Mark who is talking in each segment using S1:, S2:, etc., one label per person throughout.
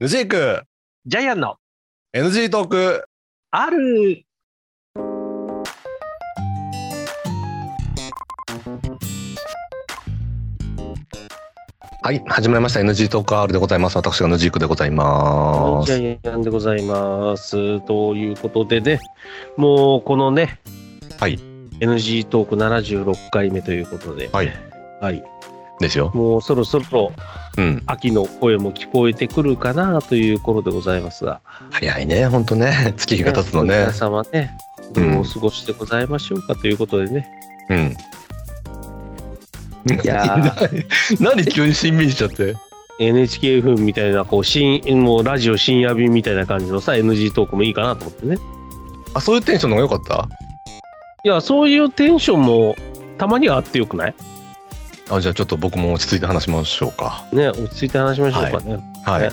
S1: ヌジーク
S2: ジャイアンの
S1: NG トーク
S2: ある
S1: はい始まりました NG トーク R でございます私がヌジークでございま
S2: ジ
S1: す
S2: ャイアンでございます。ということでね、もうこのね、
S1: はい。
S2: NG トーク76回目ということで、
S1: はい。
S2: はい。
S1: ですよ
S2: もうそろそろ
S1: うん
S2: 秋の声も聞こえてくるかなという頃でございますが、
S1: 早いねほんとね 月日が経つのね
S2: 皆様ね、ど
S1: うん
S2: うお過ごしでございましょうかということでね。
S1: うん
S2: いや
S1: 何急に親身にしちゃって
S2: NHK 風みたいな、こう、新、もうラジオ深夜便みたいな感じのさ、NG トークもいいかなと思ってね。
S1: あそういうテンションの方が良かっ
S2: いや、そういうテンションもたまにはあってよくない
S1: たあじゃあちょっと僕も落ち着いて話しましょうか
S2: ね、落ち着いて話しましょうかね。
S1: はい
S2: ね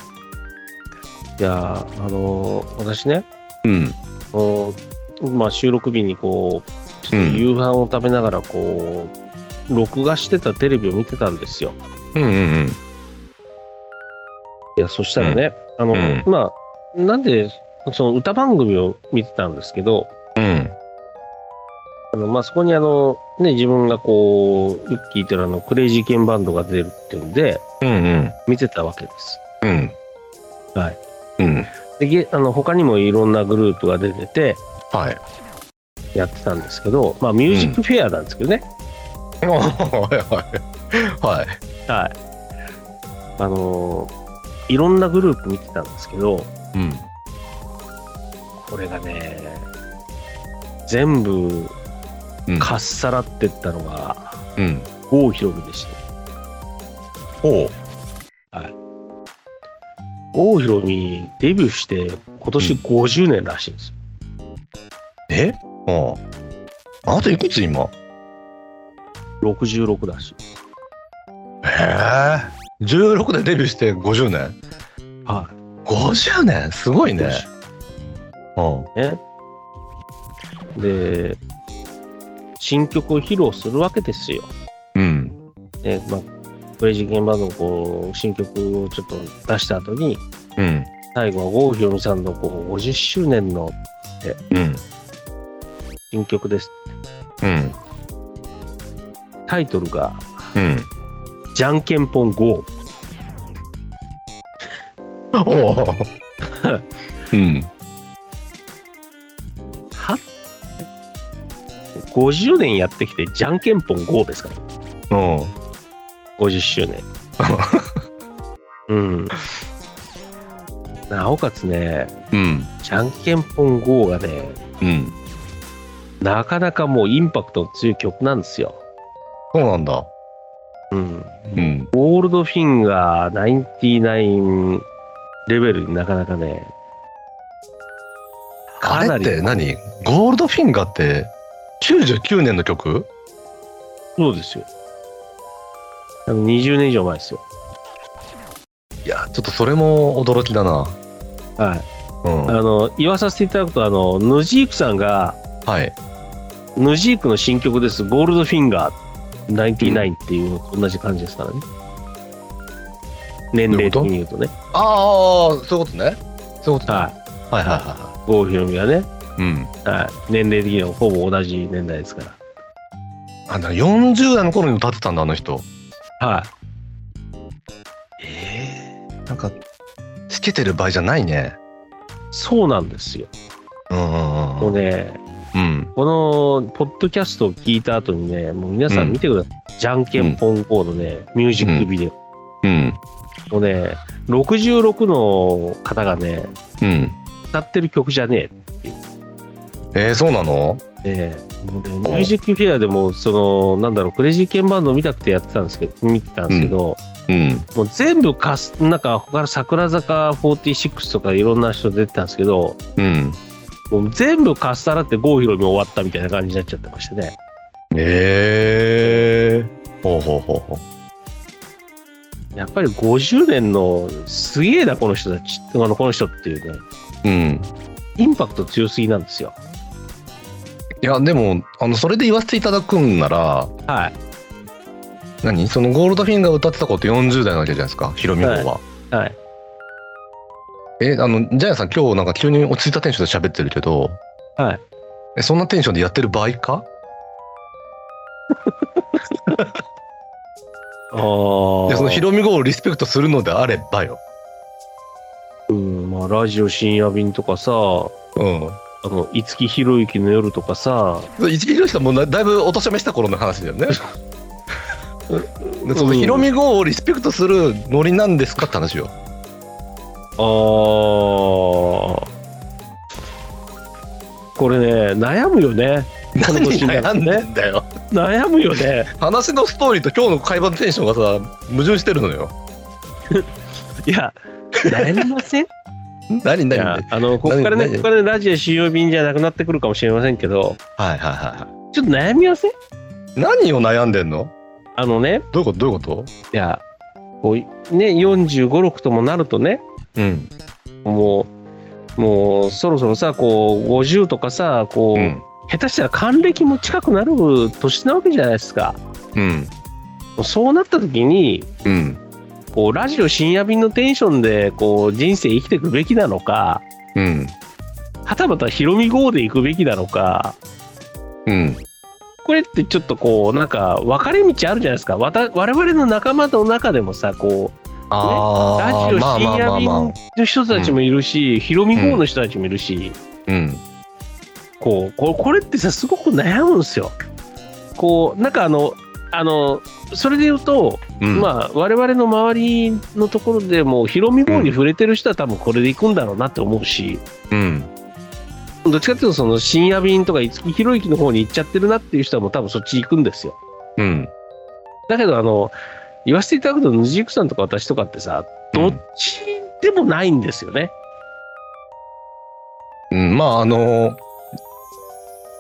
S2: い、やー、あのー私ね、
S1: うん
S2: こうまあ、収録日にこう、ちょっと夕飯を食べながら、こう、録画してたテレビを見てたんですよ。
S1: うんうんうん
S2: いや、そしたらね、あの、
S1: うん
S2: まあ、なんで、その歌番組を見てたんですけど、
S1: うん
S2: あのまあ、そこにあの、ね、自分がこう、よく聞いてるあの、クレイジーケンバンドが出るっていうんで、
S1: うんうん
S2: 見てたわけです。
S1: うん
S2: はい
S1: うん
S2: でげあの他にもいろんなグループが出てて
S1: はい
S2: やってたんですけど、まあ、ミュージックフェアなんですけどね、
S1: おーはいはいはい
S2: はいあのーいろんなグループ見てたんですけど
S1: うん
S2: これがね全部
S1: うん
S2: かっさらってったのが
S1: うん
S2: 郷ひろみでした
S1: おう
S2: 郷ひろみデビューして今年
S1: うん
S2: 50年らしいんですよ、
S1: えあああなたいくつ今
S2: 66だし
S1: へえ16でデビューして50年
S2: は
S1: 50年すごいねうん
S2: いで新曲を披露するわけですよ
S1: うん
S2: で、まあ、クレイジーケンバンドのこう新曲をちょっと出した後に、
S1: うん
S2: 最後は郷ひろみさんのこう50周年の
S1: うん
S2: 新曲です。
S1: うん
S2: タイトルが、
S1: うん
S2: じゃんけんぽん GO。
S1: おお うん
S2: は ?50 年やってきて、じゃんけんぽん GO ですから、
S1: うん
S2: 50周 年。うん。なおかつね、
S1: うん
S2: じゃんけんぽん GO がね、
S1: うん
S2: なかなかもうインパクトの強い曲なんですよ。
S1: そうなんだ
S2: うん。
S1: うん
S2: ゴールドフィンガー99レベルになかなかね、
S1: あ
S2: か
S1: れ
S2: な
S1: っ
S2: り
S1: て何ゴールドフィンガーって99年の曲
S2: そうですよ。あの20年以上前ですよ。
S1: いやちょっとそれも驚きだな
S2: はい。
S1: うん
S2: あの、言わさせていただくと、あの、ヌジークさんが、
S1: はい
S2: ヌジークの新曲です、ゴールドフィンガー99っていうのと同じ感じですからね。年齢的に言うとね。
S1: ああそういうことねそういうことね
S2: は。
S1: はいはいはい
S2: 郷ひろみがね、
S1: いうん
S2: はい。年齢的にはほぼ同じ年代ですか
S1: あだから40代の頃に歌ってたんだあの人
S2: ら。はい。
S1: ええなんかつけてる場合じゃないね
S2: そうなんですよ。
S1: うんうんう
S2: もうんね、
S1: うん
S2: このポッドキャストを聞いた後にね、もう皆さん見てください。じゃんけんぽん GO のね、ミュージックビデオ。
S1: うん
S2: もうね、66の方がね、
S1: うん
S2: 歌ってる曲じゃね
S1: えー、そうなの
S2: え。ねもうね、ミュージックフェアでも、その、なんだろう、クレイジーケンバンド見たくてやってたんですけど、見てたんですけど、
S1: うん
S2: もう全部かす、なんか他の桜坂46とかいろんな人出てたんですけど、
S1: うん
S2: もう全部かっさらって郷ひろみ終わったみたいな感じになっちゃってましてね。
S1: ええー、ほうほうほうほう
S2: やっぱり50年のすげえな、この人たち、あのこの人っていうね、
S1: うん
S2: インパクト強すぎなんですよ。
S1: いやでもあのそれで言わせていただくんなら
S2: は
S1: 何そのゴールドフィンガー歌ってた子って40代なわけじゃないですかヒロミ号は、
S2: い。はい。
S1: え、あの、ジャイアンさん、今日なんか急に落ち着いたテンションで喋ってるけど、
S2: はい。
S1: え、そんなテンションでやってる場合か
S2: ああ。
S1: いや、そのヒロミ号をリスペクトするのであればよ。
S2: うん、まあ、ラジオ深夜便とかさ、あ
S1: う
S2: の、五木ひろゆきの夜とかさ、
S1: ん。一木ひろゆきさんもなだいぶお年めした頃の話だよね。でそのヒロミ号をリスペクトするノリなんですかって話よ。
S2: ああ。これね、悩むよね。この
S1: 何
S2: 年にな
S1: 悩
S2: る
S1: ん
S2: と
S1: で
S2: ね。
S1: んだよ。
S2: 悩むよね。
S1: 話のストーリーと今日の会話のテンションがさ、矛盾してるのよ。
S2: いや、悩みませんい
S1: 何何
S2: や
S1: 何、
S2: あの、ここからね、
S1: 何
S2: ここからね、ラジオ深夜便じゃなくなってくるかもしれませんけど、
S1: はいはいはい。
S2: ちょっと悩みません
S1: 何を悩んでんの
S2: あのね、
S1: どういうことどういうこと
S2: いや、こうい、ね、45、6ともなるとね、
S1: うん。
S2: もう、もうそろそろさ、こう、50とかさ、こう、
S1: うん。
S2: 下手したら還暦も近くなる年なわけじゃないですか。
S1: うん。
S2: そうなった時に、
S1: うん。
S2: こう、ラジオ深夜便のテンションで、こう、人生生きていくべきなのか、
S1: うん。
S2: はたまたヒロミ号で行くべきなのか、
S1: うん。
S2: これってちょっとこう、なんか、分かれ道あるじゃないですか。わた我々の仲間の中でもさ、こう、
S1: あ
S2: ラ
S1: あ、
S2: ジオ
S1: まあま
S2: 深
S1: あま
S2: 夜
S1: あ
S2: 便
S1: まあ
S2: の。人たちもいるし、ヒロミ号の人たちもいるし、
S1: うん。
S2: こうここれってさすごく悩むんですよ。こうなんかあのあのそれで言うと、
S1: うん、
S2: まあ我々の周りのところでもヒロミ号に触れてる人は多分これで行くんだろうなって思うし、
S1: うん。
S2: どっちかっていうとその深夜便とか五木ひろゆきの方に行っちゃってるなっていう人はもう多分そっち行くんですよ。
S1: うん。
S2: だけどあの言わせていただくとヌジークさんとか私とかってさどっちでもないんですよね。
S1: うん、まああの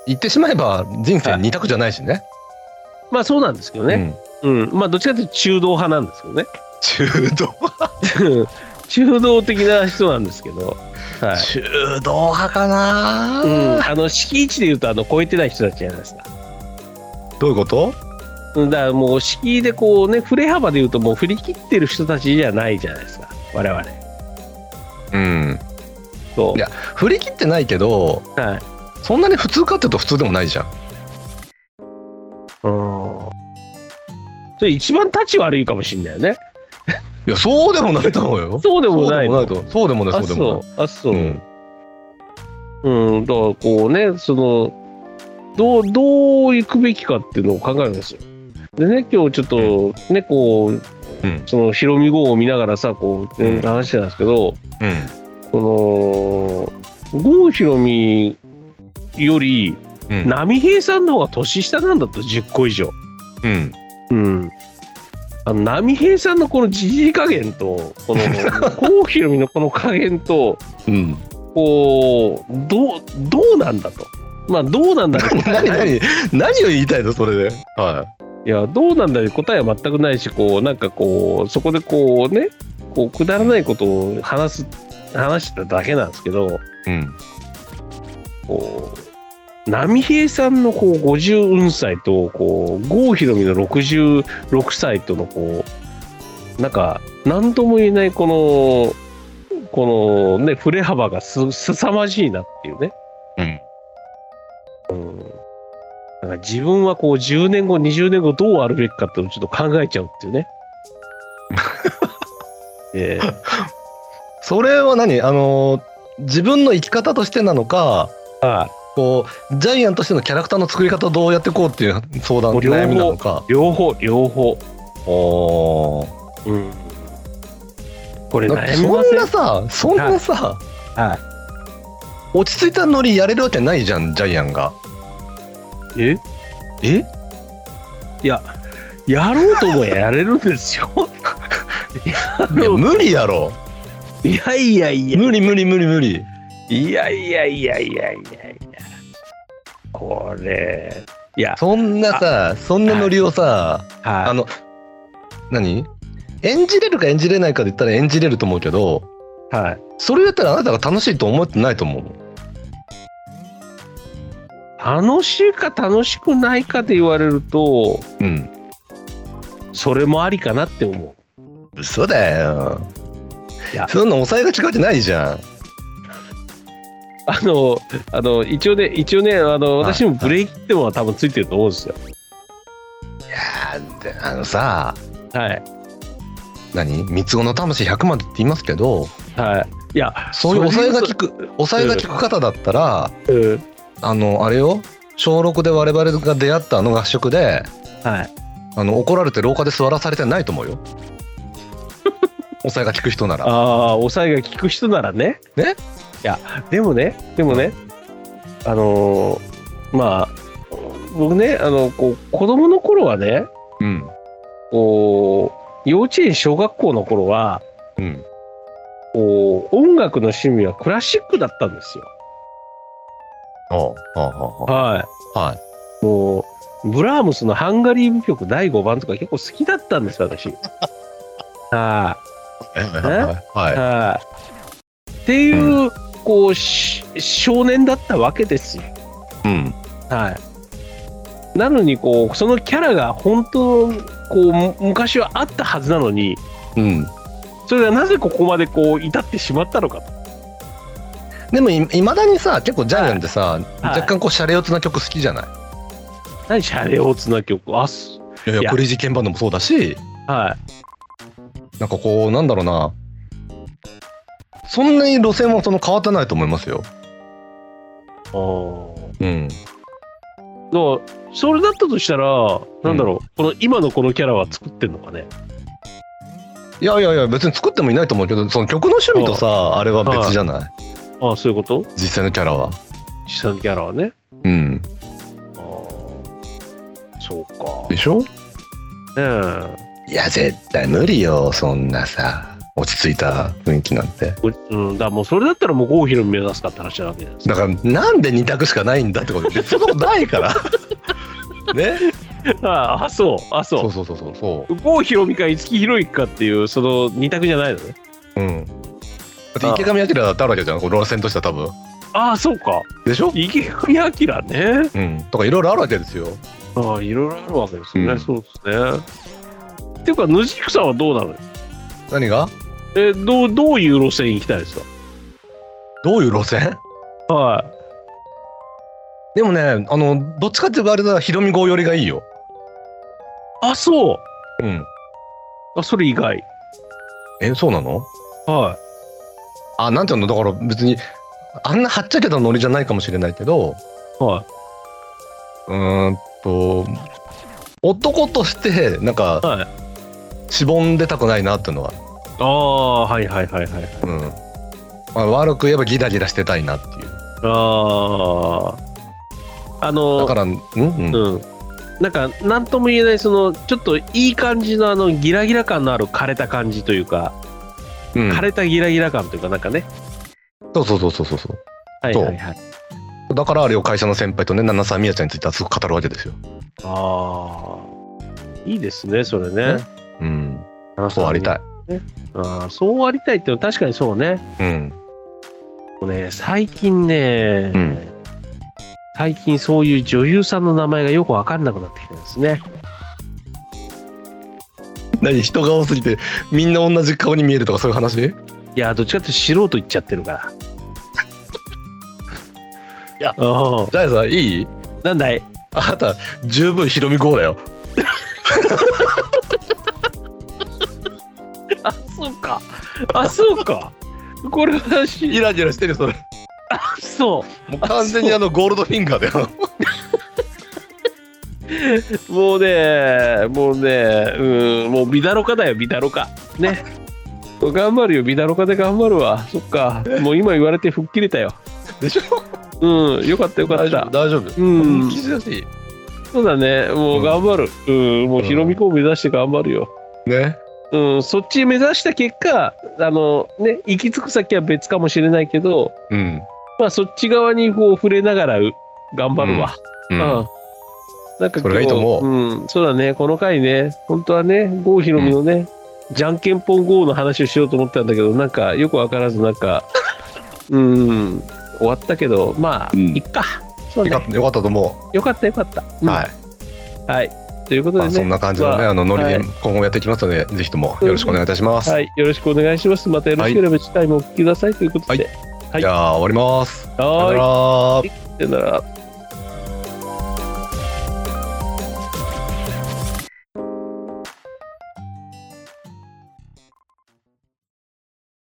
S1: 言ってしまえば人生二択じゃないしね。
S2: まあそうなんですけどね。
S1: ね
S2: うん、まあどっちかっていうと中道派なんですけどね。
S1: 中道、
S2: 中道的な人なんですけど、はい
S1: 中道派かな、
S2: うん、あの敷地でいうとあの超えてない人たちじゃないですか。
S1: どういうこと
S2: うんだからもう敷居でこうね振れ幅でいうともう振り切ってる人たちじゃないじゃないですか我々。
S1: うん。
S2: そう
S1: いや振り切ってないけど、
S2: はい、
S1: そんなに普通かっていうと普通でもないじゃん。
S2: うんそれ一番立ち悪いかもしれないよね。
S1: いや、そうでもないと思うよ。
S2: そうでもないの。
S1: と。そうでもない、
S2: あ
S1: そうでも
S2: そ
S1: な
S2: うあそう、う
S1: い。
S2: ん。だからこうねそのどうどう行くべきかっていうのを考えるんですよ。でね今日ちょっとねこう
S1: うん。
S2: そのヒロミ号を見ながらさこう、
S1: うん
S2: 話してたんですけど
S1: うん。
S2: この郷ひろみより
S1: うん。
S2: 波平さんの方が年下なんだと10個以上。
S1: うん。
S2: うんあの波平さんのこのじじい加減と この郷ひろみのこの加減と
S1: うん。
S2: こうどうどうなんだと。まあどうなんだに答えは
S1: 何、
S2: ない
S1: 何、何を言いたいの、それで。はい
S2: やどうなんだに答えは全くないしこうなんかこうそこでこうねこうくだらないことを話す話してただけなんですけど、
S1: い。うん。
S2: こう波平さんのこう54歳とこう郷ひろみの66歳とのこうなんか何とも言えないこのこのね振れ幅がす凄まじいなっていうね
S1: うん。
S2: なんか自分はこう10年後20年後どうあるべきかっていうのをちょっと考えちゃうっていうね。ええ
S1: それは何あの自分の生き方としてなのか、
S2: は
S1: こうジャイアンとしてのキャラクターの作り方をどうやっていこうっていう相談
S2: もう両方
S1: 悩みなのか
S2: い両方両方。
S1: おー
S2: うん、これ
S1: だって
S2: 悩み
S1: そ
S2: ませ
S1: ん
S2: ん
S1: なさそんなさ、
S2: は
S1: 落ち着いたノリやれるわけないじゃんジャイアンが
S2: え
S1: え
S2: いや、やろうともやれるんですよ。
S1: いや無理やろ
S2: いやいやいや、
S1: 無理無理無理無理
S2: いやいやいやいやいやいや。これ、いや、
S1: そんなさそんなノリをさあ
S2: は
S1: の何演じれるか演じれないかで言ったら演じれると思うけど
S2: い、はい、
S1: それだったらあなたが楽しいと思ってないと思う
S2: 楽しいか楽しくないかで言われると、
S1: うん
S2: それもありかなって思う。
S1: 嘘だよ。
S2: や
S1: そんな抑えが違うじゃないじゃん。
S2: あの、あの、一応ね、一応ね、あの、
S1: はい
S2: 私もブレーキってものは多分ついてると思うんですよ。
S1: いやーであのさ、
S2: はい。
S1: 何三つ子の魂100万って言いますけど、
S2: はい。いや、
S1: そういう抑えが効
S2: く。
S1: く、抑えが効く方だったら、
S2: うん。
S1: あの、あれよ、小6で我々が出会ったあの合宿で、
S2: はい。
S1: あの怒られて廊下で座らされてないと思うよ。抑えが効く人なら。
S2: ああ、抑えが効く人ならね。
S1: ね
S2: いや、でもね、でもね、あのーまあ、僕ね、あの、こう、子供の頃はね、
S1: うん。
S2: こう、幼稚園、小学校の頃は、
S1: うん。
S2: こう、音楽の趣味はクラシックだったんですよ。
S1: ああ、ああ、あ
S2: はい。
S1: あ。はい。
S2: もう、ブラームスのハンガリー舞曲第5番とか結構好きだったんですよ、 私。は
S1: はいはい
S2: い。
S1: はい。
S2: はい。っていう、こうし、少年だったわけですよ。
S1: うん。
S2: はい。なのに、こう、そのキャラが本当、こう、む昔はあったはずなのに、
S1: うん。
S2: それがなぜここまでこう、至ってしまったのかと。
S1: でもいいまだにさ結構ジャイアンってさ、
S2: はい
S1: 若干こうシャレオツな曲好きじゃない、
S2: 何、シャレオツな曲。あす。
S1: い、やい
S2: いや
S1: やクレイジーケンバンドもそうだし
S2: は
S1: なんかこうなんだろうなそんなに路線はその変わってないと思いますよ。
S2: い。お
S1: う
S2: ー
S1: ん、
S2: だからそれだったとしたら、なんだろう、この今のこのキャラは作ってんのかね。
S1: いやいやいや別に作ってもいないと思うけどその曲の趣味とさあれは別じゃない
S2: ああ、そういうこと
S1: 実際のキャラは。
S2: 実際のキャラはね。
S1: うん、
S2: ああそうか。
S1: でしょ
S2: ね
S1: いや絶対無理よそんなさ落ち着いた雰囲気なんて。
S2: え。うん、だからもうそれだったらもう郷ひろみ目指すかって話なわけじゃないです
S1: だ
S2: か。
S1: からなんで2択しかないんだってことでそんなことないから ね
S2: あああ、そう、あ
S1: そ
S2: そう。
S1: そうそうそうそう
S2: 郷ひろみか五木ひろゆきかっていう、その二択じゃないのね。
S1: う。うん、だって池上彰だってあるわけじゃんこの路線としては多分。
S2: ああ、そうか。
S1: でしょ、
S2: 池上彰ね。
S1: うん、とかいろいろあるわけですよ。
S2: ああ、いろいろあるわけですね。
S1: うん
S2: そうですね。っていうか、ヌジークさんはどうなのよ
S1: 何が
S2: え、どう、どういう路線行きたいです
S1: どういう路線
S2: かはい。
S1: でもねあのどっちかっていうとあれだヒロミ号寄りがいいよ。
S2: あ、そう。
S1: うん、
S2: あ、それ以外。
S1: えそうなの
S2: は
S1: あなんていうのだから別にあんなはっちゃけたノリじゃないかもしれないけど
S2: い。は
S1: うーんと男としてなん
S2: い。
S1: か
S2: はい。
S1: しぼんでたくないなっていうのは、
S2: ああ、はいはいはいはい。
S1: うんまあ、悪く言えばギラギラしてたいなっていう
S2: ああ。あの、
S1: だからん、うん
S2: うん。なんか、なんとも言えない、その、ちょっといい感じの、あの、ギラギラ感のある枯れた感じというか、
S1: うん、
S2: 枯れたギラギラ感というか、なんかね。
S1: そうそうそうそうそうそう
S2: はいはいはい。
S1: だからあれを会社の先輩とね七沢美也ちゃんについて熱く語るわけですよ。
S2: ああ。いいですね、それね
S1: ね。うん、
S2: あ
S1: そうありたい。
S2: ああ、そうありたいってのは確かにそうね。
S1: うん、
S2: もうね、最近ね、
S1: うん
S2: 最近そういう女優さんの名前がよくわかんなくなってきたんですね。
S1: 何人が多すぎてみんな同じ顔に見えるとかそういう話い
S2: いや、どっちかっていうと素人言っちゃってる から。
S1: いや
S2: うん
S1: ジャイさんいい
S2: なんだい
S1: あなた十分ヒロミ号だよ
S2: あ、そうか。あ、そうか。これ私、
S1: イライラしてるよそれ
S2: そ
S1: もう完全にあのゴールドフィンガーだよ
S2: う。もうね、もうね、うん、もうビダロカだよ、ビダロカ。ね。頑張るよ、ビダロカで頑張るわ。そっか。もう今言われて吹っ切れたよ。
S1: でしょ
S2: うん、よかったよか
S1: 大
S2: っ
S1: 丈夫
S2: た。
S1: 大丈夫
S2: うん
S1: 本気出し
S2: そうだね、もう頑張る。うん、もうヒロミ子を目指して頑張るよ。
S1: ね
S2: うん、そっち目指した結果、あのね、行き着く先は別かもしれないけど、
S1: うん、
S2: まあそっち側にこう触れながらう頑張るわ。
S1: う
S2: うんん。なんか今日
S1: それがいいと思
S2: うん、そうだね、この回ね、本当はね、郷ひろみのね、じゃんけんぽん GO の話をしようと思ったんだけど、なんかよくわからず、なんか、うん、終わったけど、まあ、
S1: うん
S2: いっか。そう
S1: よか
S2: ね
S1: っ、たよかったと思
S2: よかったよかった。
S1: う、
S2: うん
S1: はい
S2: はい。ということ
S1: ま
S2: で
S1: あ、そ
S2: ね
S1: ん。な感じのね、
S2: まあ
S1: あのノリで
S2: はい
S1: 今後やっていきますので、ぜひともよろしくお願いいたします。
S2: はい、よろしくお願いします。またよろしければ次回もお聞きくださいということで。
S1: じゃあ終わります。さよ
S2: は
S1: な
S2: ーい、
S1: ら
S2: さよなら。